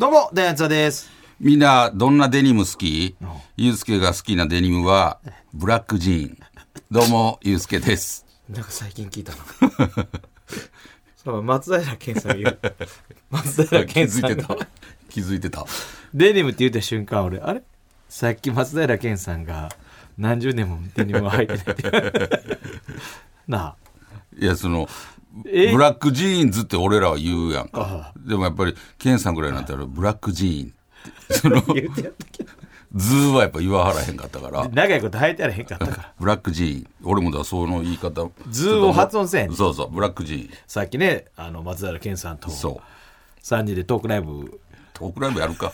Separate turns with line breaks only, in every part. どうも、ダイアンツァです。
みんな、どんなデニム好きゆうすけが好きなデニムは、ブラックジーン。どうも、ゆうすけです。
なんか最近聞いたな。 そう、松平健さんが 言う。松
気
平健さ
づ
ん
いてた
が。。
気づいてた。
デニムって言った瞬間、俺、あれさっき松平健さんが何十年もデニムを履いてないって。 なあ。
いや、その、
え
ブラックジーンズって俺らは言うや
あ
んか。でもやっぱり、ケンさんぐらいになったら、ブラックジーンって。その、
言うてやったけど。
ズーはやっぱ言わはらへんかったから。
長いこと履いてやらへんかったから。
ブラックジーン。俺もだ、その言い方。
ズーを発音せえへん
そうそう、ブラックジー
さっきね、あの、松平健さんと
ン。そう。
3人でトークライブ
トークライブやるか。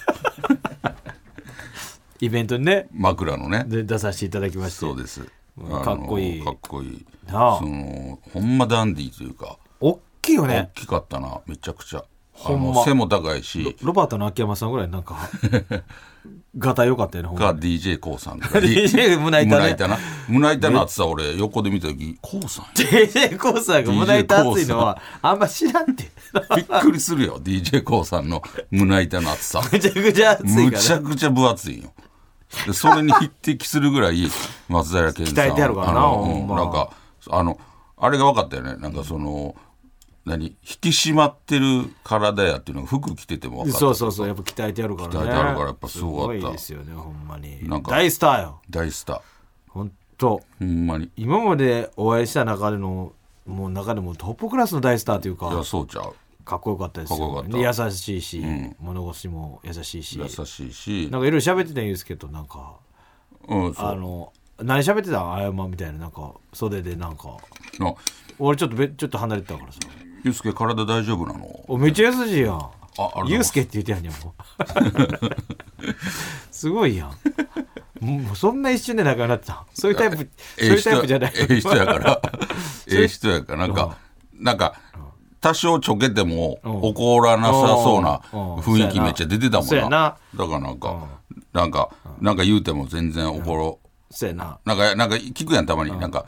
イベントにね、
枕のね。
で出させていただきまして。
そうです。
んかっこいい
あのかっこいい。
なあ
そのほんまダンディーというか、
おっきいよ
大
ね。
きかったな、めちゃくちゃ。あ
ほんま
の背も高いし、
ロバートの秋山さんぐらいなん か、ガタ良かったよね、ほんま
が DJ コウさん ぐらい。
DJ 胸板ね
胸板な。胸板の厚さ、俺、横で見たとき、コウさんや
DJ コーさんが胸板熱いの
DJ
はあんま知らんて。
びっくりするよ、DJ コウさんの胸板の 厚さ。
めちゃくちゃ熱い
む
か
ちゃ
ら。
くちゃ分厚いよ。でそれに匹敵するぐらい松平健さん
鍛えてやるからな
あの
ほんま
なんかあのあれが分かったよねなんかその何引き締まってる体やっていうのが服着てても分かった
そうそうそう、やっぱ鍛えてやるからね。
鍛えてやるからやっぱすごかった
すごいですよね、ほんまに
なん。か
大スターよ。
大スター
ほんと。
ほんまにい
今までお会いした中での、もう中でもトップクラスの大スターという
や
か、
そうちゃう
かっこよかったです
かっこ
よ
よか
ね。
っ
優しいし、物腰も優しいし。なんか
優しいし
いろいろ喋ってたんですけど、なんか。
うんそ
あ
う
の何喋ってたんあやまみたいななんか袖でなんか
な
俺ちょっとべちょっと離れてたからさ
ゆうすけ体大丈夫なの
おめっちゃ優しいやん
あありがとうございます
ゆうすけって言ってやんねんもう すごいやんもうそんな一瞬で仲良くなってたそういうタイプそう
ええ
いう
人
タイ
や
プじゃない
ええ人やから ええ人やからなんかなんか多少ちょけても
ん
怒らなさそうな
うんうん
雰囲気めっちゃ出てたもん
そうや
な
な
だからなんかなんかなんか言うても全然怒ろ
そうやな
なんかなんか聞くやんたまになんか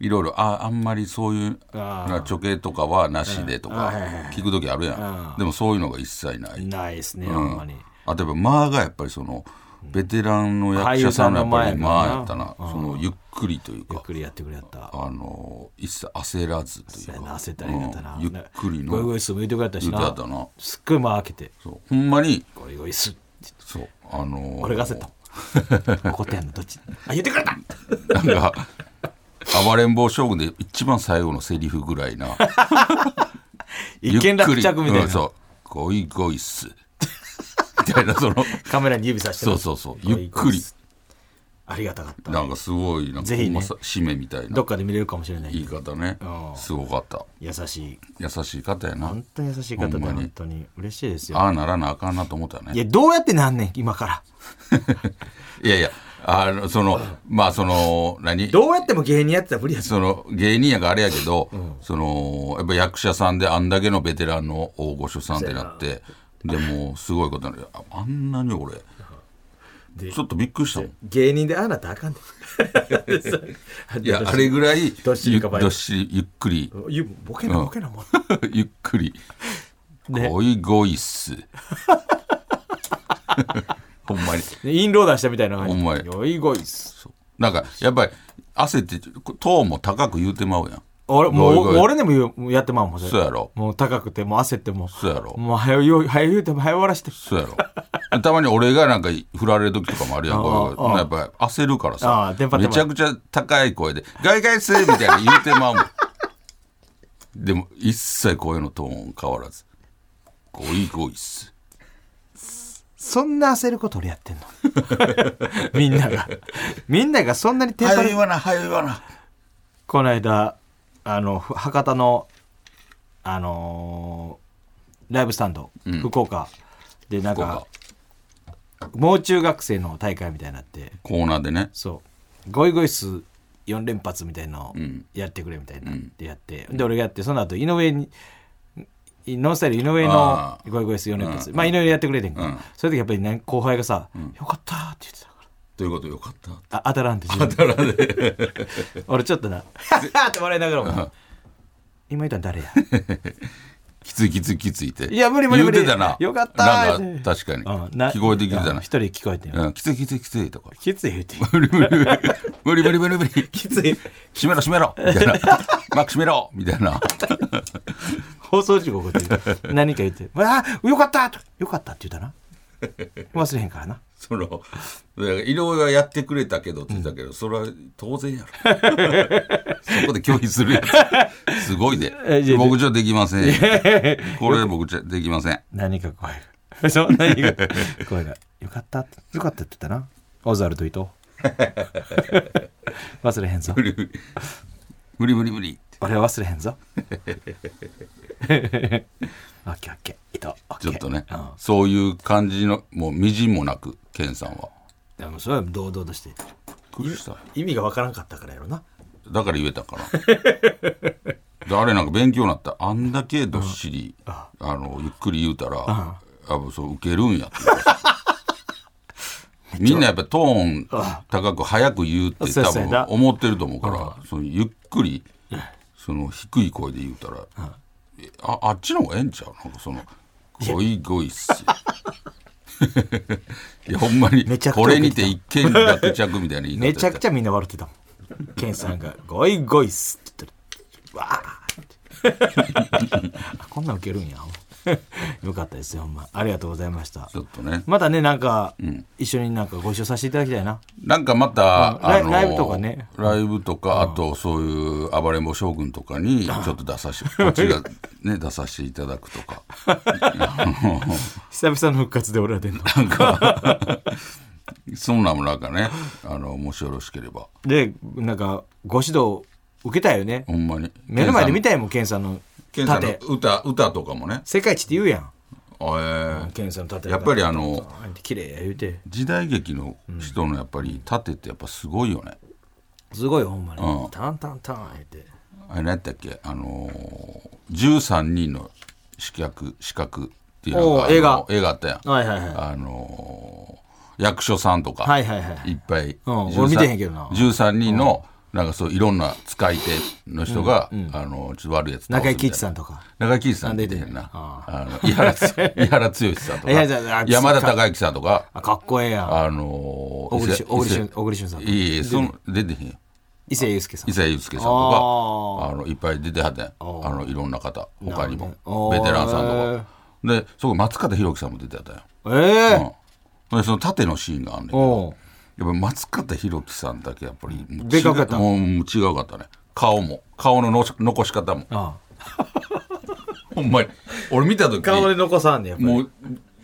いろいろああんまりそういう
あー
なちょけとかはなしでとか聞く時あるやんでもそういうのが一切ない
ないですねほんまに
あとやっぱ間がやっぱりそのベテランの役者さんのやっぱり間やったなそのゆっくりという
ゆっ
か
くりやってくれやった
あの一切焦らずという
そうや
か
な焦ったりやったな
うんゆっ
ゴ
くり
イゴ
の
イスーも言ってくれたし
言
な
ってやったな
すっごい間開けて
そうほんまに
ゴイゴイスーって
そうあのー
俺が焦った怒ってやんのどっちあ言ってくれた
なんか暴れん坊将軍で一番最後のセリフぐらいな
一見落着みた
う
い
ん
な、
そうゴイゴイっすみたいなその
カメラに指さして
そうそうそうゆっくり
ありがたかった
なんかすごいなんか
ぜひね
ほんまさ締めみた
ど
いな
っかで見れるかもしれない
言い方ね
うん
すごかった
優しい
優しい方やな
本当に優しい方で
ほんまに
本当に嬉しいですよ
ああならなあかんなと思ったね
いやどうやってなんねん今から
いやいや、あの、その、まあ、その、何
どうやっても芸人やってたら無理やぞ
その、芸人やからあれやけど、その、やっぱ役者さんであんだけのベテランの大御所さんってなって、でも、すごいことになる。ああんなに俺、
で
ちょっとびっくりしたもん。
芸人でああなたあかん で
いや、あれぐらい、
どっしり構えて
ゆどっしりゆっくり、
ゆボケなボケなもん、
ゆっくり、
ね
ゴイゴイ っす。ほんまに。
インローダーしたみたいな感じ
ほんまや
よいごいっす
なんか、やっぱり、焦って、トーンも高く言うてまうやん。
俺もう
ゴイゴイ
俺でも言うもうやってまうもんそれ
そうやろ
もう高くてもう焦ってもう
そうやろ
もう早よ早よ言うても早終わらして
そうやろ。 たまに俺がなんか振られる時とかもあるやん。
ああ
こういう
ああ
やっぱ焦るから
ああ
さ
テンパっ。て
め
ます
ちゃくちゃ高い声で、外外せみたいな言うてまうもん。 でも一切声のトーン変わらず。ゴイゴイっす。
そんな焦ること俺やってんの みんなが。みんながそんなにテンパる。
わな、早言わな。
この間、あの、ふ博多の、あのーライブスタンド、
ん
福岡でなん
福岡
かもう中学生の大会みたいになって
コーナーでね
そうゴイゴイス4連発みたいのを
ん
やってくれみたいなってやって、で俺がやってその後井上にノンスタイル井上の
あ
ゴイゴイス4連発、まあ井上やってくれてんか、
うん
そういう時やっぱり、ね、後輩がさ「よかった」って言ってたか
ということよかった
らあ当たらんって当たらん俺ちょっ とな「ハッハッ!」って笑いながらも「今言ったん 誰や?」
きついきついきついって
いや無理無理無理
言うてたな
よかったー
なんか確かに
うんな
聞こえてきてた
うん
な
一人聞こえてる、
うんきついきついきついとか
きつい言うて
無理無理無理無理無理無理
きつい
閉めろ閉めろみたいなマック閉めろみたいな
放送事故起こってる何か言って「ああよかった!」と「よかった」って言うたな忘れへんからな
そのだから井上はやってくれたけどって言ったけど、それは当然やろ そこで拒否するやつすごい で
えいや
僕じゃできませんこれ僕じゃできません
何か声が そう何か声が「よかった」って「よかった」って言ったなオズワルド伊 藤忘れへんぞ
無理無理無理無理無理って
俺は忘れへん ぞ オッケーオッケー伊藤オッケー
ちょっとね、
うん
そういう感じのもうみじんもなく健さんは
でもそれは堂々として
びっくりした
意味がわからんかったからやろな
だから言えたから であれなんか勉強になったあんだけどっしり、あのゆっくり言うたら、あそう受けるんやって みんなやっぱトーン高く早く言うって
そう
多
そう
分
だ
思ってると思うからそのゆっくりその低い声で言うたらえああっちの方がええんちゃうなんかそのゴイゴイっす いやほんまに
めちゃくちゃ
これにて一件落着みたいな言い方
め
やった
ちゃくちゃみんな笑ってたもん。ケンさんが、ゴイゴイっすって言ったら、わーって。 こんなんウケるんや。よかったですよ、ほんま。ありがとうございました
ち。ょっとね
またね、なんか、一緒になんかご一緒させていただきたいな。
なんかまた、
うんライライブとかね
ライブとか、あとそういう暴れん坊将軍とかにちょっと出さ し、こっちがね、出させていただくとか、
久々の復活で俺ら出ん の。
そんなんもなんかね、あの、もしよろしければ、
で、なんか、ご指導受けたいよね。
ほんまに。
目の前で見
て。
たいもん、ケンさんの
ケンさんの
盾。
歌、歌とかもね、
世界一って言うやん。
えー
ケンさんの盾。
やっぱりあの、
あ、綺麗や言うて。
時代劇の人のやっぱり盾ってやっぱすごいよね。
すごいよ、ほんまに
うん。
タンタンタン言うて。
あれ何やったっけあのー、13人の刺客刺客っていうの
お
が
ー
あの
映画
映画あったやん、
はいはいはい
あのー役所さんとか、
はいはいはい
っぱい、
うん
13
俺見てへんけどな
13人の、なんかそういろんな使い手の人が、あのーちょっと悪いやつ倒すみた
中
い
井
な
貴一さんとか。
中井貴一さん出てへんなあの井原つ井原剛さんとか
いやいやあ
山田孝之さんとか
あ、かっこええやん。
あのー
小栗旬
伊勢
小栗旬
伊勢
小栗旬さんとか
いえいえその出てへんよ
伊勢祐介さん
伊。勢祐介さんとかあのいっぱい出てはったんやあのいろんな方他に
なる
も
ほど
ベ
ね
テランさん
お
とかでそこ松方弘樹さんも出てはったんや、
ええ
うん、でその縦のシーンがあんねんけ
おう
どやっぱ松方弘樹さんだけやっぱりもう
でかかった
違うもうもう違うかったね顔も顔のの残し方も
あ
ほんまに俺見た時
顔で残さんねやっぱり。
もう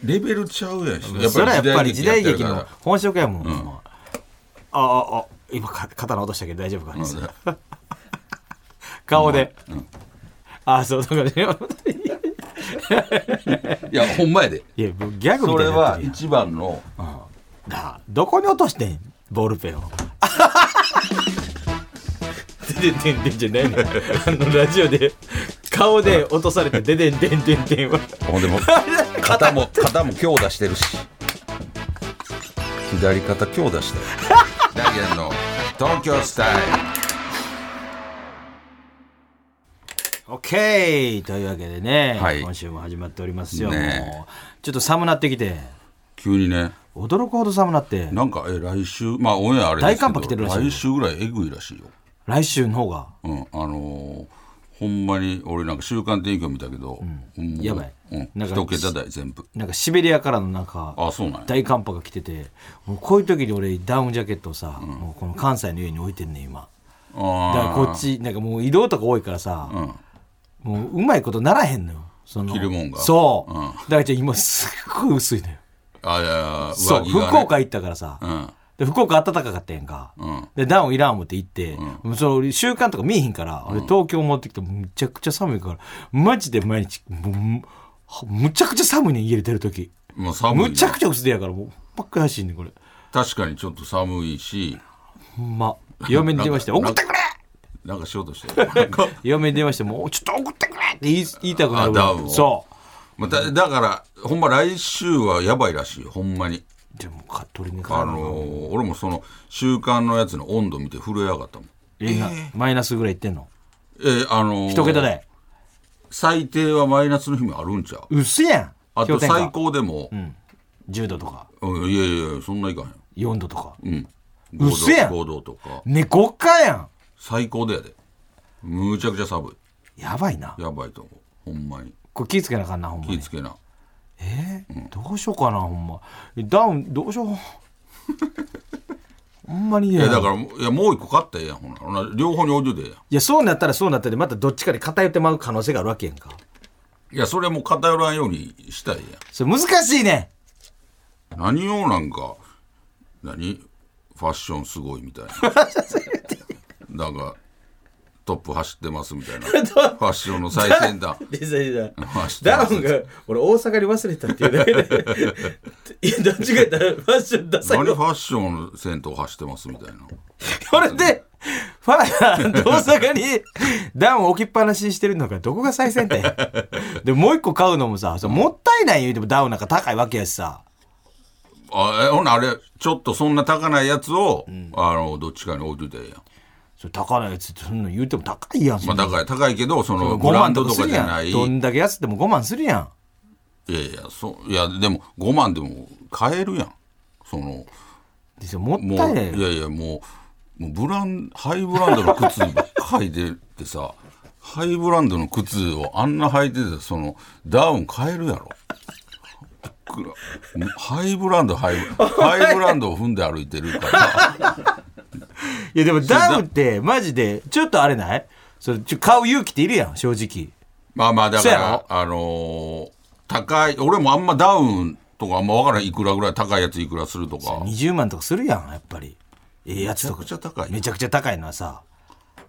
レベルちゃうやんし
それはやっぱり時代劇
やって
の
るか
本職やもん。ああ、あ、今か刀落としたけど大丈夫かな。
ら
顔で。ああ、そう、だから、
いやほんまやで
いや、もうギャグみ
そ
たい
れ
になっ
は
てるやん
一番の
なあどこに落としてんボールペンを。 ででんでんじゃないねんあのラジオで顔で落とされてででんでんでんでんは
ほ んでも肩も肩も強打してるし左肩強 打してるダイアンの東京スタイ
オッケーというわけでね、
はい
今週も始まっておりますよ、
ねえ
もうちょっと寒なってきて
急にね
驚くほど寒なって
なんかえ来週まあオンエアあれですけど
大寒波来てるらしいよ
来週ぐらいえぐいらしいよ
来週の方が
うんあのーほんまに俺なんか週間天気を見たけど、もう
やばい
うん、
なんか
一桁台全部
なんかシベリアからのなんか
あそうなんや
大寒波が来ててもうこういう時に俺ダウンジャケットをさ、もうこの関西の家に置いてんねん今だから
あ
こっちなんかもう移動とか多いからさ、もううまいことならへんのよその
着るもんが
そう、
うん
だからじゃあ今すっごい薄いのよ、
ーあいやいや
そう
上着が、ね、
福岡行ったからさ、
うん
で福岡暖かかったやんか、
ん
でダウンいらん思って行って、もうその週間とか見えへんから俺東京持ってきてむちゃくちゃ寒いからマジで毎日もうむむちゃくちゃ寒いねん家で出る時
まあ、寒いな
むちゃくちゃ薄手やからもうばっかり走んねんこれ
確かにちょっと寒いし
ほんま嫁に電話して「
なんか
送ってくれ!
なんかしようとしてる なんか」
嫁に電話して「もうちょっと送ってくれ!」って言い言いたくなるぐ
あ
ら
ダウンを
いそう
まあだだからほんま来週はやばいらしいよほんまに
でもか取りに帰る
あのー俺もその週刊のやつの温度見て震え上がったもん
えなマイナスぐらいいってんの
えーあのー
一桁台
最低はマイナスの日もあるんちゃう
うっせやん
あと
氷点下
最高でも、
10度とか
うんいやいやそんないかへん
4度とか
うん
うっせやん
5度とか
ね5日やん
最高でやでむちゃくちゃ寒
やばいない
やばいと思うほんまに
これ気ぃつけなあかんなほんま
気ぃ
に
つけな
えーどうしようかなほんまダウンどうし ようほんまに
い
ね
やだからもういやもう一個買ったらええやんほなほな両方に置いといてええやん
いやそうなったらそうなったでまたどっちかで偏ってまう可能性があるわけやんか
いやそれはもう偏らんようにしたらええ
それ難しいね
やん何をなんか何ファッションすごい みたいななんかトップ走ってますみた いなファッションの最先端
ダウンが俺大阪に忘れたっていうだけ でいやどっちかやったらファッションダサい
何ファッションの先頭走ってますみたいな
これでファー大阪にダウンを置きっぱなしにしてるのがどこが最先端やでもう一個買うのもさそれもったいない言うてもダウンなんか高いわけやしさ
あえほなあれちょっとそんな高ないやつを、あのどっちかに置いといてええやん
それ高いやつってそんなん言うても高いやんそ
まあ、
んな
高い高いけどそのブ
5
ラン
万
ド
と
と
かす
か
る
じゃ
や
ない
ん
い
ど
や
んだけ安っても5万するやん
いやそういやでも5万でも買えるやんその
ですよもっ
もう
たいない
いやいやもうもうブランハイブランドの靴ばっかりでってさ ハイブランドの靴をあんな履いててそのダウン買えるやろ くハイブランドハイブハイブランドを踏んで歩いてるから
いやでもダウンってマジでちょっとあれないそれちょ買う勇気っているやん正直
まあまあだ
そ
か
やろ
らあのー高い俺もあんまダウンとかあんま分からんいくらぐらい高いやついくらするとか
20万とかするやんやっぱりええやつとか
めちゃくちゃ高い
めちゃくちゃ高いのはさ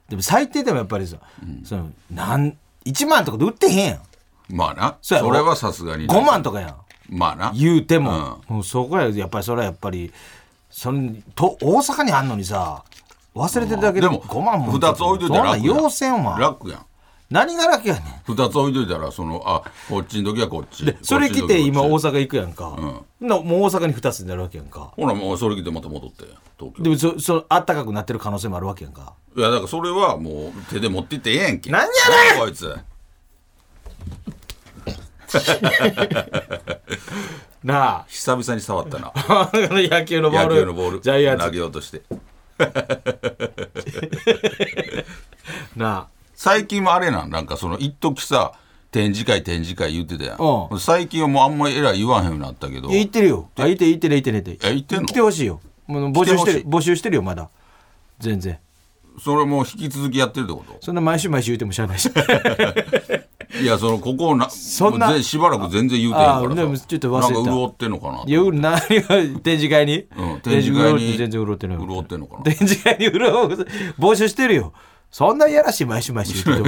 でも最低でもやっぱりさ、そのなん1万とかで売ってへんやん
まあな
そ
そう
やろ
れはさすがにな
5万とかやん
まあな
言うても,、もうそこややっぱりそれはやっぱりそのと大阪にあんのにさ忘れてるだけで
でも
5万も
2つ置いといたら
そん
楽
な
やん
要せんわ
楽やん
何が楽やねん
2つ置いといたらそのあこっちの時はこっち
それ来て今大
大
阪行くやんか、なもう大阪に2つになるわけやんか
ほらもうそれ来てまた戻って東京
でもそそあったかくなってる可能性もあるわけやんか
いやだからそれはもう手で持ってってええやんけ
何や
ねんこいつ
な
久々に触った な
あ野球のボー
野
ル
球のボール
ジャイアン
投
ツ
げようとして
なあ
最近もあれなんなんかその一時さ展示会展示会言ってたやん、
う
最近はもうあんまりえらい言わんへんようになったけど
いや言ってるよあ言って言ってる言ってる言って
え
る
言ってんの
来てほしいよもう募集して
来て
る
ほしい
募集してるよまだ全然
それもう引き続きやってるってこと
そんな毎週毎週言ってもしゃあないし
いやそのここな
そんな
もうぜしばらく全然言うてへんから
ああ
さ
でもちょっと忘れてた
なんか潤ってんのかなと
いやうる何が展示会に、
うん展示会
全
に
然潤ってない
潤ってんのかな
展示会に潤う募集してるよそんないやらしい毎週毎週言って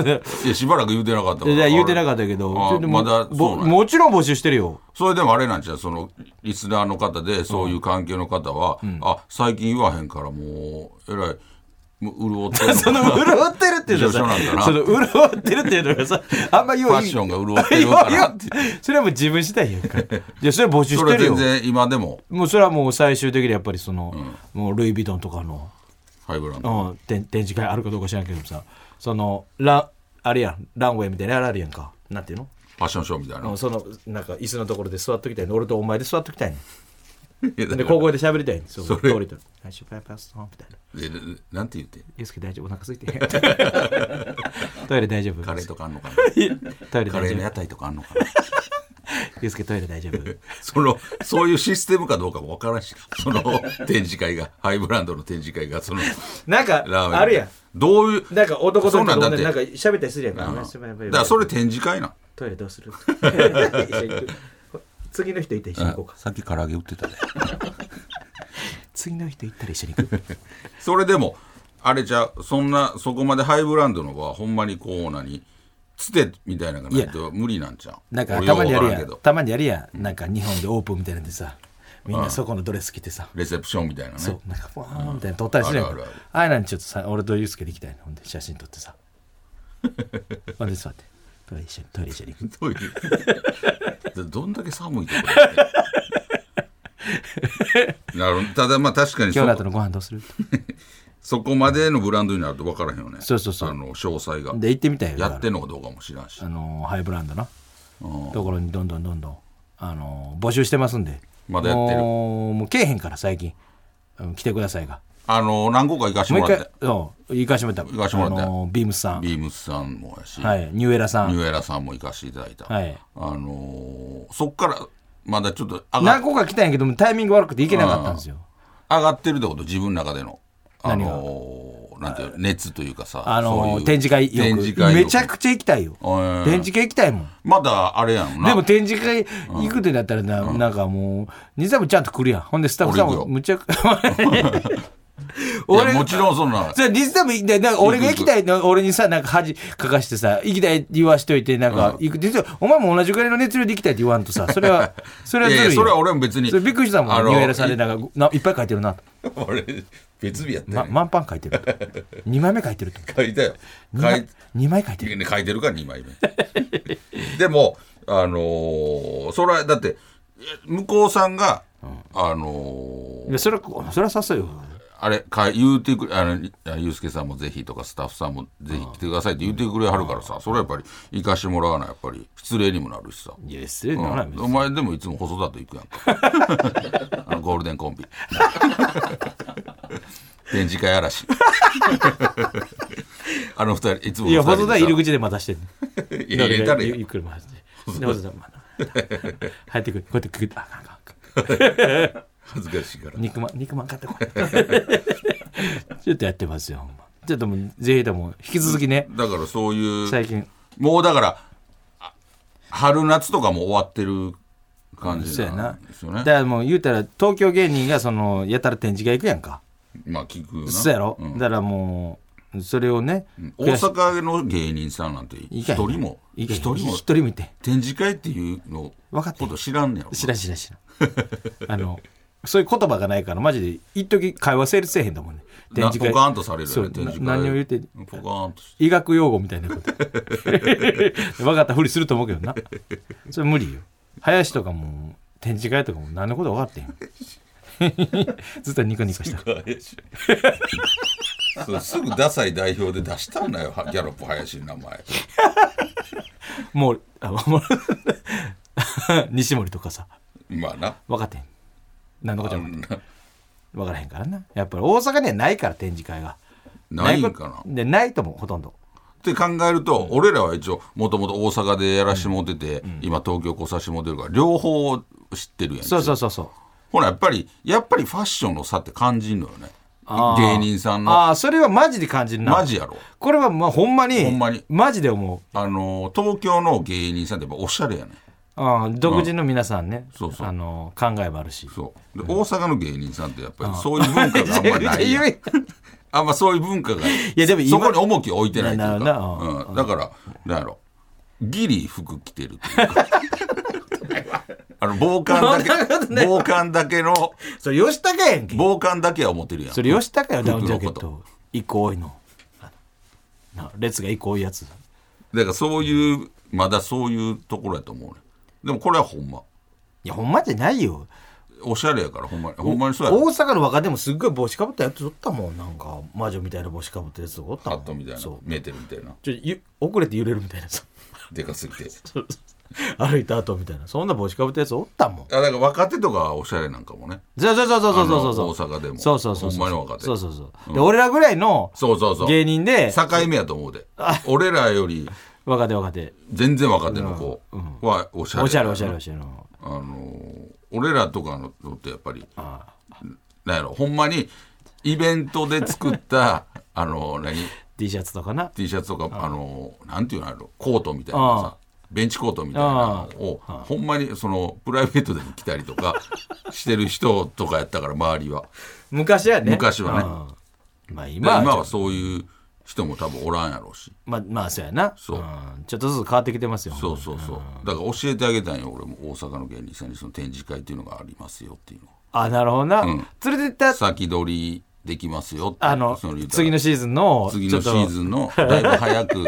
も
いやしばらく言うてなかったから
いや言うてなかったけど
あ
ちょっともう
まだそう
ぼ
なんや
もちろん募集してるよ
それでもあれなんちゃうそのリスナーの方でそういう関係の方は、あ最近言わへんからもうえら いもう潤ってんのかな
その潤ってるっていうのは
上昇なんだな
さその潤ってるっていうのがさあんま言
フ
わ
ァッションが潤って るか
いやい
ら
や
って
それはもう自分次第やん かいやそれは募集
そ
して
れ
るよ
全然今でも
もうそれはもう最終的にやっぱりその、もうルイ・ヴィトンとかの、
ハイブランド
うん、展展示会あるかどうか知らんけどさそのラあれやんランウェイみたいなのあるやんかなんていうの、
ファッションショーみたいな
うん、そのなんか椅子のところで座っときたいの俺とお前で座っときたいの
いや だか
で
ら
高校で喋りたいのそう
そ
通
れ
りと大丈夫パイパストンみたいな
えなんて言って
ユースケ大丈夫お腹空いて トイレ大丈夫
カレーとかあ んのかな
トイレ
カ
大
レ
丈
ーの
夫
屋台とかあんのかな
ユースケトイレ大丈夫
そのそういうシステムかどうかもわからんし その展示会がハイブランドの展示会がその
なんか
ラーメン
あるやん
どういう
なんか男と
そ
女と
ん
女
なんだっ
で
て
なんか喋ったりするやんか
うん
あすいません
だからそれ展示会なん
トイレどうする 一緒に行く 次の人いたら一緒に行こうか
さっき唐揚げ売ってたで
次の人行ったら一緒に行 く
それでもあれじゃうそんなそこまでハイブランドのはほんまにこう何つてみたいなのがないと無理なんじゃん。
なんか
俺
たまにやる
よう
や
わからん
ん
けど
たまにやるやんなんか日本でオープンみたいなんでさみんなそこのドレス着てさ、
レセプションみたいなね。
そうなんかわーみたいな撮ったりするやんか
あるあるある
ああいうのにちょっとさ俺とユうスケで行きたいのほんで写真撮 ってさほんで座ってトイレ一緒にトイレ一緒に行く
どういう。どんだけ寒いところ なるほど。ただまあ確かにそ
今日の後のご飯どうする
そこまでのブランドになると分からへんよね。
そうそうそう
あの詳細が。
で行ってみたいよ
やって
だ
んのかどうかも知らんし
から。あのーハイブランドなところにどんどんどんどんあのー募集してますんで
まだやってる
もうもうけえへんから最近、うん来てくださいが
あの何個か行かして
もう
も
一
ら
回
って。
そう行かしてもらった
行かしてもらった
あのービームスさん
ビームスさんもやし、
はいニューエラさん
ニューエラさんも行かしていただいた。
はい
あのーそっからまだちょっと上が
何個か来たんやけどもタイミング悪くて行けなかったんですよ
上がってるってこと自分の中での。あのーなんていうの熱というかさ、
あ
そう
の
いう
展示会よ
展
く
示会
めちゃくちゃ行きたいよ
うん
展示会行きたいもん
まだあれやんな
でも展示会行くってなったらな,、なんかもう西田もちゃんと来るやんほんでスタッフさん
俺行
も
くよ
むちゃく
いや
俺
もちろんそんな
それ西田も行きたいなんか俺が行きたいの俺にさなんか恥かかしてさ行きたいって言わしといてなんか行く、でお前も同じぐらいの熱量で行きたいって言わんとさそれ はそれはいず
や
るい
いや
よ
それは俺も別に
それびっくりしたも
あ
ん
の
ニューエラさんでなんかないっぱい書いてるなと、
俺別日やった
ま、
よ、
満パン書いてる2 枚目書いてると
書いたよ
2
書い
枚二枚書いてる
ね書いてるから2枚目 でもあのーそれはだって向こうさんが、あの
い
ー
やそれそれはさそうよ
あれか言うてくあのあゆうすけさんもぜひとかスタッフさんもぜひ来てくださいって言ってくれはるからさそれはやっぱり行かしてもらわないやっぱり失礼にもなるしさ
いや失礼ならん
うん、お前でもいつも細田と行くやんか あのゴールデンコンビ展示会嵐 あの二人いつも
いや細田入り
口
口で待たしてんね
いや入れたらいい
ゆっくり待たしてで細田ま だ入ってくるこうやってくるあかんあかんあかん
恥ずかしいから
肉まん肉まん買ってこい ちょっとやってますよほんまちょっともうぜひとも引き続きね
だからそういう
最近
もうだからあ春夏とかも終わってる感じ
そうや
な
なん
ですよ
だ
ね
からもう言うたら東京芸人がそのやたら展示会行くやんか
まあ聞くよな
そうやろ
ん
だからもうそれをね
大阪の芸人さんなんて一人も
一
一
人
人
も
も
一人見て
展示会っていうの
分かって
こ
る
と知らんねやろ
知らん知らん知らんあ のそういう言葉がないからマジで一時会話成立せえへんだもんね
なポカーンとされる
そ
よ
う
ね展示会
な何を言って
ポカーンとし
医学用語みたいなこと 分かったふりすると思うけどなそれ無理よ林とかも展示会とかも何のこと分かってへん ずっとニコニコした
てそうすぐダサい代表で出したんだよはギャロップ林の名前
もうあもう 西森とかさ
まあな
分かってへん何のこと
う
分かって
ん
ん分からへんからなやっぱり大阪にはないから展示会が
ないん
こ
かな
でないともほとんど
って考えると、俺らは一応もともと大阪でやらしてもうてて、今東京来さしてもうてるから両方知ってるやん
そうそうそうそう
ほらやっぱりやっぱりファッションの差って感じんのよね
あー
芸人さんの
ああそれはマジで感じるな
マジやろ
これはまあほんまに
ほんまに
マジで思う
あのー東京の芸人さんってやっぱおしゃれやね
あー独自の皆さんね、
そうそう
あの考えもあるし
そうで大阪の芸人さんってやっぱりそういう文 化があんまりないやん
い
あんまそういう文化が
やでも今
そこに重きを置いてないという
なる
か、
ほどな
うん、だからなんやろギリ服着てるというか あの防寒
そんな
だ
こと
け防寒だけの
それ吉高やんけ
防寒だけは思ってるやん
それ吉高よダウンジャケッ
服の
ト一個多いのあのな列が一個多いやつ
だからそういうまだそういうところやと思うねでもこれはほんま
いやほんまじゃないよ
おしゃれやからほんまにほんまにそう
大
やろ
阪の若でもすっごい帽子かぶったやつおったもんなんか魔女みたいな帽子かぶったやつおった
ハ
もん
ットみたいな
そう
メーテルみたいな
ちょゆ遅れて揺れるみたいなさ
でかすぎて
歩いた後みたいなそんな帽子かぶったやつおったもん
あだから若手とかはおしゃれなんかもね
そうそうそうそうそうそうそう
あの大阪でも
そうそうそうそう
ほんまに若手
そうそうそうで俺らぐらいの
そうそうそう
芸人で
境目やと思うで俺らより
若手若手
全然若手の子はおしゃれ
おしゃれおしゃれおしゃれの
あのー俺らとかののってやっぱり
ああ
なんやろほんまにイベントで作った あのー何
T シャツとかな
T シャツとかあのーなんていうのやろコートみたいなさベンチコートみたいなのをほんまにそのプライベートでも着たり とかしてる人とかやったから周りは
昔はね
昔はね
うんまあ
で今
今は
はそういう人も多分おらんやろうし
まあまあそうやな
そうん
ちょっとずつ変わってきてますよ
そうそうそうだから教えてあげたんよ俺も大阪の芸人さんにその展示会っていうのがありますよっていうの
あなるほどな、
うん
連れてった
先取りできますよって
あの
そ言うたら
次のシーズンの
次のシーズンのだいぶ早 く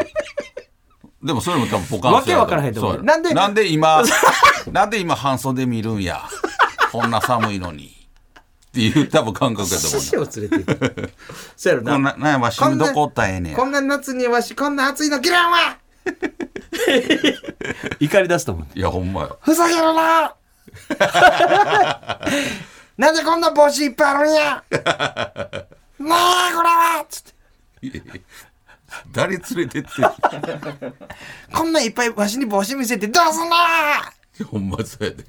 でもそれも多分ポカン
わけわからへんと思う
そうやろ
なんで
なんで今なんで今半袖見るんやこんな寒いのにっていう多分感覚や と思う
獅子を連れて行くそうやろ
こんななんやわしんどこったらええねや
こんな夏にわしこんな暑いの嫌いわ怒り出すと思う
いやほんまよ
ふざけるななんでこんな帽子いっぱいあるんやねえこれはつって
誰連れてって
こんなんいっぱいわしに帽子見せてどうすんな
ほんまそうやで。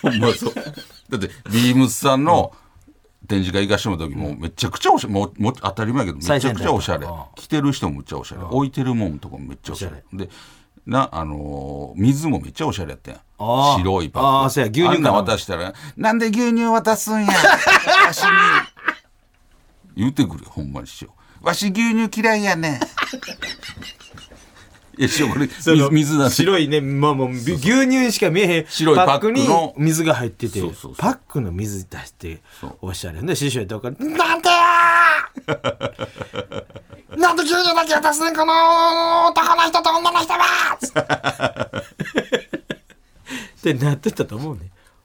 ほんまそう。だって、ビームスさんの展示会行かしてもらった時も、めちゃくちゃおしゃれ、もうもう当たり前やけど、め
最
ちゃ
先
く
端
ちゃおしゃれ
うん。
着てる人もめっちゃおしゃれ。置いてるもんとかもめっちゃおしゃ
おし
れ。で、な、あのー水もめっちゃおしゃれやったやん。
あー
白いパック。
あーそうや牛乳
あんなん
かな
渡したら、なんで牛乳渡す んや。わしに。言うてくれ、ほんまにしよう。わし牛乳嫌い やねん。いや、しよう、これ、水水だし。
白いね、まあ、もう牛乳しか見えへん
白いパック
に
の
水が入ってて
そうそうそう
パックの水出して
そう
おしゃれで師匠やったらなんでやーなんで牛乳だけ渡すねんこの男の人と女の人はつってなってたと思うね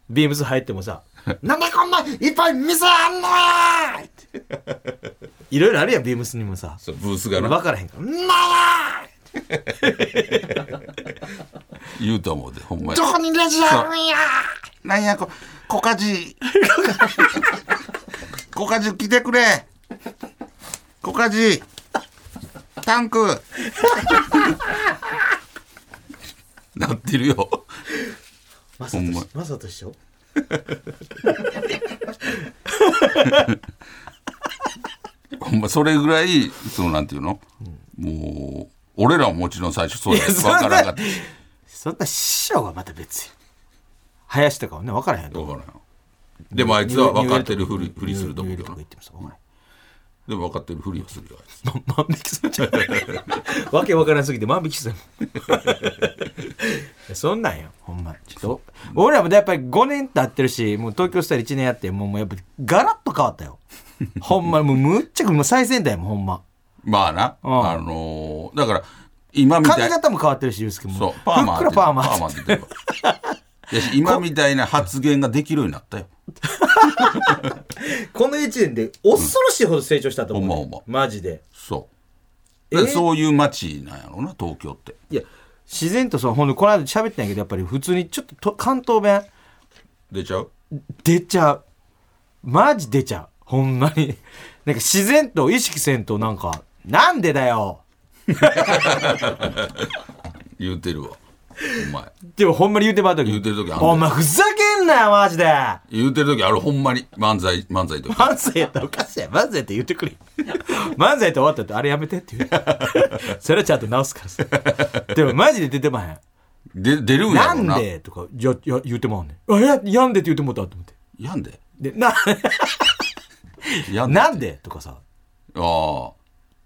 ビームス入っても さなんでこんないっぱい水あんのやーっていろいろあるやんビームスにもさ
そうブースがな
分からへんから「んなやー
言うと思うでほんまに
どこにレジあるんや!」
なんやこ小か じ小かじ来てくれ小かじタンクなってるよ
ま
ほんま
まさとしょ
ほんまそれぐらいそのなんていうの、もう俺らももちろん最初そうや
いやそんな
わからんかった
そんな師匠はまた別や林とかはね分からへん
わ
と
からんよでもあいつは分かってるふりふりすると思う
ニューヨークとか
けどな
言ってもさ分からへん
でも分かってるふりをするよあいつ
ま 万引きすんじゃんわけわからんすぎて万引きすんいや そんなんよほんまちょっと俺らもやっぱり5年経ってるしもう東京スタイル1年やってもうもうやっぱガラッと変わったよほんまもうむっちゃくもう最先端やもんほんま
まあな、
うん
あのーだから今みたい
髪型も変わってるしユうスケも
そう、
パーマ
当て
パーマ
パーマ当ててるわいや今みたいな発言ができるようになったよ。
この1年で恐ろしいほど成長したと
思うねほんまほ
マジで
そう。で
え
そういう街なんやろうな、東京って。
いや自然とそうほんでこの間喋ってんやけどやっぱり普通にちょっとと関東弁
出ちゃう
出ちゃうマジ出ちゃうほんまに なんか自然と意識せんとなんかなんでだよ
言うてるわ。お前。
でもほんまに言うてばう時
言うてる時あんねん
お前ふざけんなよマジで
言うてる時あれほんまに漫才、漫才とか。
漫才やったらおかしいやん漫才って言ってくれ 漫才って終わったってあれやめてって 言うそれはちゃんと直すからさでもマジで出てまへん
で、出るん
な
やろうんな。
でとか、や、や、言うてまうねん。あ、や、やんでって言うてもうたと思って。
やんで
で、な、
やんで
なんでとかさ、
あ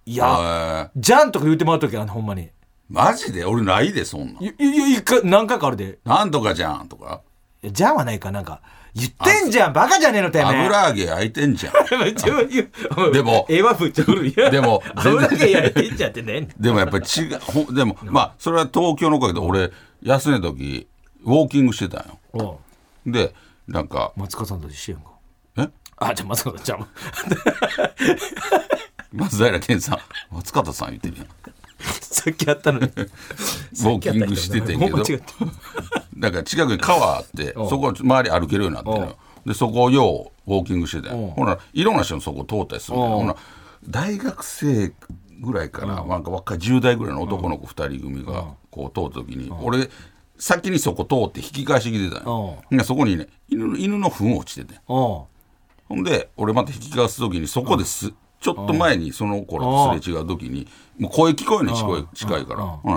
いや、
あ。や。
じゃんとか言うてまうときあるねんほんまに。
マジで俺ないで、そんなん
い、い、い、一回、何回かあるで。
なんとかじゃんとか。
いやじゃんはないか、なんか、言ってんじゃん、バカじゃねえの、てめえ。
油揚げ焼いてんじゃん。で
で
も
ええわ、ぶっちゃぶる。いや
でも
油揚げ焼いてんじゃんってね。
でもやっぱり違うほん、でも、まあ、それは東京のおかげで俺、休んだ時、ウォーキングしてたんよ。
おう
で、なんか、
松川さんと一緒やんか。
え
あ、じゃあ松川さん、じゃあもう。
松平健さん、松方さん言ってるやん。
さっきやったのに。ウォ
ウォーキングしててん
ほ
け
んま
ど
違った。
なんか近くに川あって、
おう
そこ周り歩けるようになってるのよで、そこをようウォーキングしてたん
おう
よほら、いろんな人のそこ通ったりするんだよ
おう
ほら、大学生ぐらいかな、なんか若い10代ぐらいの男の子2人組がこう通った時に、俺、先にそこ通って引き返してきてたんよ。でそこにね、犬の犬の糞落ちててん。
お う
ほんで、俺また引き返すときに、そこです、ちょっと前にその子らとすれ違うときに、もう声聞こえんねん、聞こえ近いから。ほ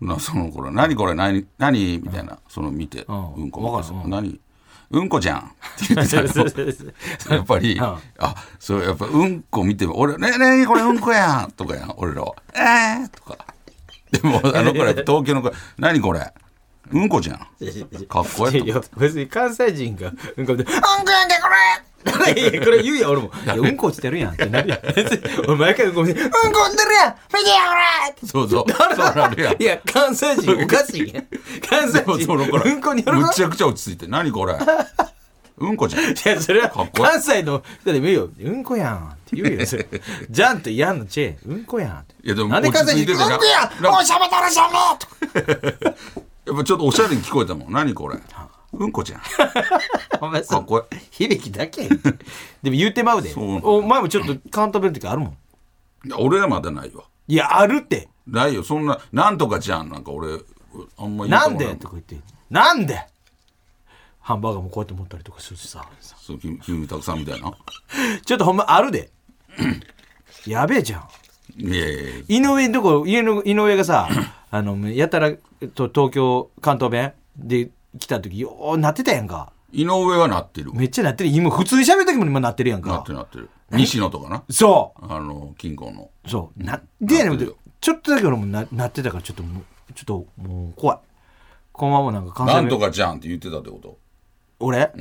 な、なその子ら、何これ、何、何みたいな、その見て、
ん
うんこ見てさ
わかるう
何うんこじゃんって言ってた のやっぱり、あそれやっぱうんこ見ても俺「ねえねえこれうんこやん」とかやん俺らは「えー」とかでも あの子ら東京の子「何これうんこじゃん」かっこええ
い
と
や別に関西人がうんこで「うんこやんけこれ!」いやこれ言うやん俺も「いやうんこ落ちてるやん」ってなるやん別に俺毎回うんこ見て「うんこ落ちてるやん見てやこれ!」
そうそうそうなるやん
いや関西人おかし いやん関西
でもその
人
頃
うんこに喜ぶ
むちゃくちゃ落ち着いて「何 これうんこじゃん」
いやそれは
かっこいい
関西の人でもいいよ「うんこやん」って言うよそ れ「じゃん」と「やん」の「チェ」「うんこやん」って
いやでも
なんで関西人「うんこ
落ち着いてて
や
なん
もうしゃべったらしゃべっ
やっぱちょっとおしゃれに聞こえたもん「何これうんこじゃん」
お前
かっ
さ
こええ
響きだけやんでも言うてまうで
そう
お前もちょっとカウントベルとかあるもん
いや俺はまだないわ
いやあるって
ないよそんな「なんとかじゃん」なんか俺あんま言う
なん
も
でとか言って「なんで?」ハンバーガーもこうやって持ったりとかするしさ
そうキムキムタクさんみたいな
ちょっとほんまあるでやべえじゃん
いやいやいや
井上のとこ家の井上が さあのやたらと東京関東弁で来た時ようなってたやんか
井上はなってるわ
めっちゃなってる今普通に喋る時も今なってるやん
な
か
ってるなってる西野とかな
そ
あの金庫の
うそうなでやね
なっ
ん
てるよ
ちょっとだけ俺もななってたからちょっともうちょっともう怖いこのままなんか
「
関
な
西
んと
弁
かじゃん」って言ってたってこと
俺、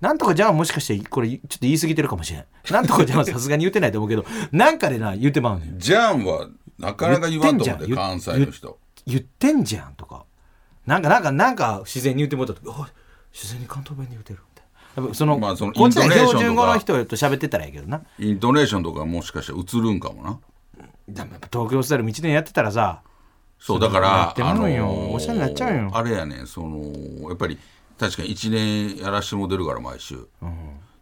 なんとかじゃあもしかしてこれちょっと言い過ぎてるかもしれんなんとかじゃあさすがに言ってないと思うけどなんかでな言ってまうね
「
ん
じゃん」はなかなか言わんと思って
言ってんじゃん
関西の人
言ってんじゃんとかなんかなんかなんか自然に言ってもらった時あ自然に関東弁で言うてるみたいなやっぱその、
まあその
こっちが
イントネーション
標
とか
準語の人と喋ってたらやけどな
イントネーションとかもしかしたら映るんかもな
でもやっぱ東京スタイル道でやってたらさ
そうだ
な
から
ってまうんよおしゃれになっちゃうよ
あれやねそのやっぱり確かに1年やらしても出るから毎週、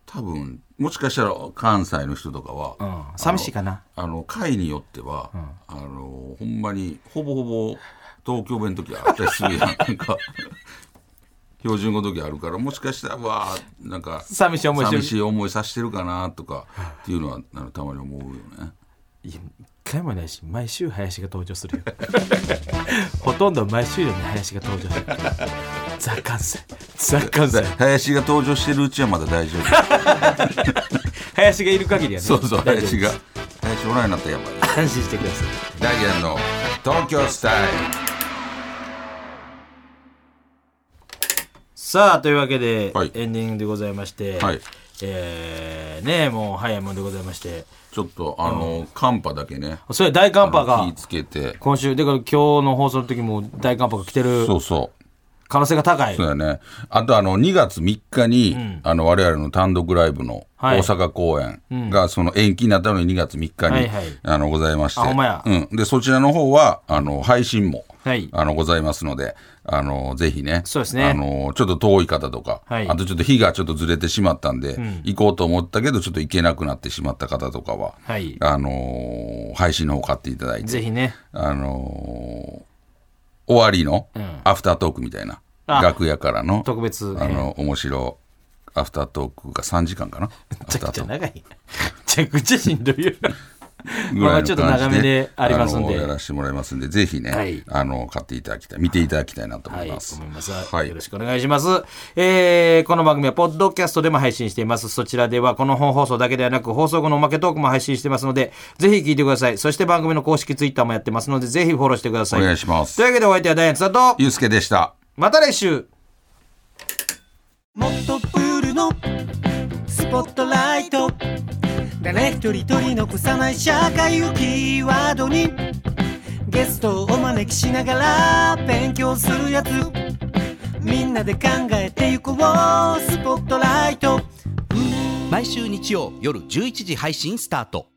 多分もしかしたら関西の人とかは、
うん寂しいかな
あの会によっては、あのほんまにほぼほぼ東京弁の時あったりするやんなんか標準語の時あるからもしかしたらわあなんか
寂しい思いしてる
寂しい思いさせてるかなとかっていうのはあのたまに思うよね。
いや一回もないし毎週林が登場す るよほとんど毎週より林が登場するザ・関西ザ・関西
林が登場してるうちはまだ大丈夫。
林がいる限りはね
そうそう、
大丈夫です
林が。林おらんようになったらやばい。
安心してください
ダイアンの東京スタイル。
さあというわけで、
はい
エンディングでございまして、
はい
えーねもう早いもんでございまして
ちょっと、あの、寒波だけね。
それ大寒波
あの
が
気ぃつけて。
今週だから今日の放送の時も大寒波が来てる
そうそう。
可能性が高い
そうだね。あと、あの、2月3日に、あの、我々の単独ライブの
はい
大阪公演が、その延期になったのに2月3日に、
はいはい
あの、ございまして。
あほんまや
うん。で、そちらの方は、あの、配信も、
はい
あの、ございますので、あの、ぜひね。
そうですね
あの、ちょっと遠い方とか、
はい
あとちょっと日がちょっとずれてしまったんで、行こうと思ったけど、ちょっと行けなくなってしまった方とかは、
はい
あのー配信の方買っていただいて、
ぜひね
あのー終わりの
ん
アフタートークみたいな、
あ
楽屋からの、
特別ね
あの、面白アフタートークが3時間かな。ア
めち
フ
ゃく
ター
ち
ト
ゃ
ーク
長い めちゃくちゃしんどいよ
ぐらいの感じで
まあちょっと長めでありますんで
あのやらせてもらいますんで、ぜひね、
はい
あの、買っていただきたい、見ていただきたいなと思
はいい、思い
ます。
ます。
はい
よろしくお願いします。えーこの番組はポッドキャストでも配信しています。そちらではこの本放送だけではなく放送後のおまけトークも配信してますので、ぜひ聞いてください。そして番組の公式ツイッターもやってますので、ぜひフォローしてください。
お願いします
というわけでお相手はダイアン津田と、
ゆうすけでした。
また来週
もっとプールのスポットライト誰一人取り残さない社会をキーワードにゲストをお招きしながら勉強するやつみんなで考えてゆこうスポットライト
毎週日曜夜11時配信スタート